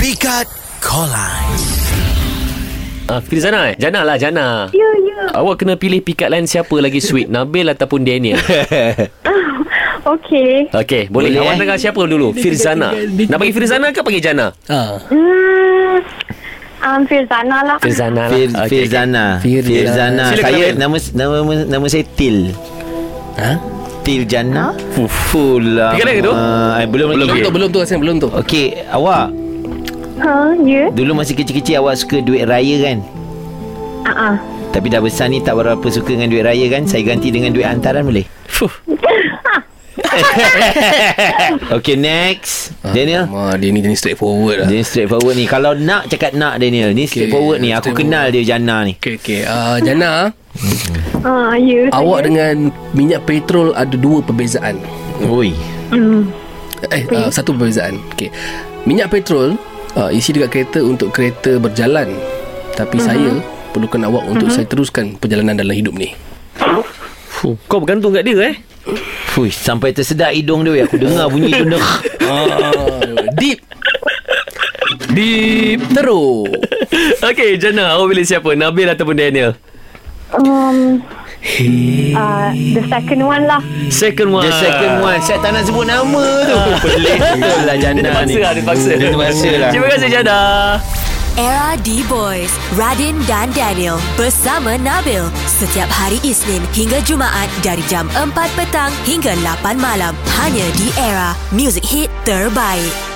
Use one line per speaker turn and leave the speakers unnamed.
Pikat Kolai.
Ah, pilih Zana eh? Jana lah, Jana.
Ya, ya.
Awak kena pilih pick up line siapa lagi sweet, Nabil ataupun Daniel.
Okey.
Okey, boleh.
Boleh,
Awak
eh?
dengar siapa dulu? Firzana. Nak panggil Firzana ke panggil Jana?
Ha.
Hmm. Um, Firzana lah.
Firzana lah.
Fir,
Okey,
Firzana.
Fir-
Firzana.
Silakan,
Saya
Nabil.
nama nama nama saya Til.
Ha?
Til Jana. Fufulah.
Tiga lagi tu?
Ah, belum
Belum
lagi.
tu, belum tu Hasan, belum tu.
Okey, awak
Ha, ya.
dulu masih kecil-kecil awak suka duit raya kan?
Ah, ah.
Tapi dah besar ni tak berapa suka dengan duit raya kan? Saya ganti dengan duit hantaran boleh?
Fuh.
Okey, next. Daniel.
Ma, Ah, dia ni jenis straightforward lah.
Dia straightforward ni Kalau nak cakap nak Daniel Ni straightforward ni Aku kenal dia Jana ni
Okey, okey. Uh, Jana,
Ah, ya.
awak dengan minyak petrol ada dua perbezaan.
Oi
Hmm.
Eh, uh, satu perbezaan. Okey. Minyak petrol uh, isi dekat kereta untuk kereta berjalan. Tapi uh-huh. saya perlukan awak untuk uh-huh. saya teruskan perjalanan dalam hidup ni.
Fuh, Kau bergantung kat dia eh?
Fuh, Sampai tersedak hidung dia weh. Aku dengar bunyi tu dah.
Uh, deep. Deep teruk.
Okey, Jana. Awak pilih siapa? Nabil ataupun Daniel?
Um, uh, the second one lah.
Second one.
The second one Saya tak nak sebut nama tu Pelik betul
Ah,
lah
Dia
Jana
terpaksa lah,
ni
dia terpaksa.
Dia terpaksa lah
Terima kasih, Jana.
Era D-Boys, Radin dan Daniel bersama Nabil setiap hari Isnin hingga Jumaat dari jam 4 petang hingga 8 malam hanya di Era Music Hit Terbaik.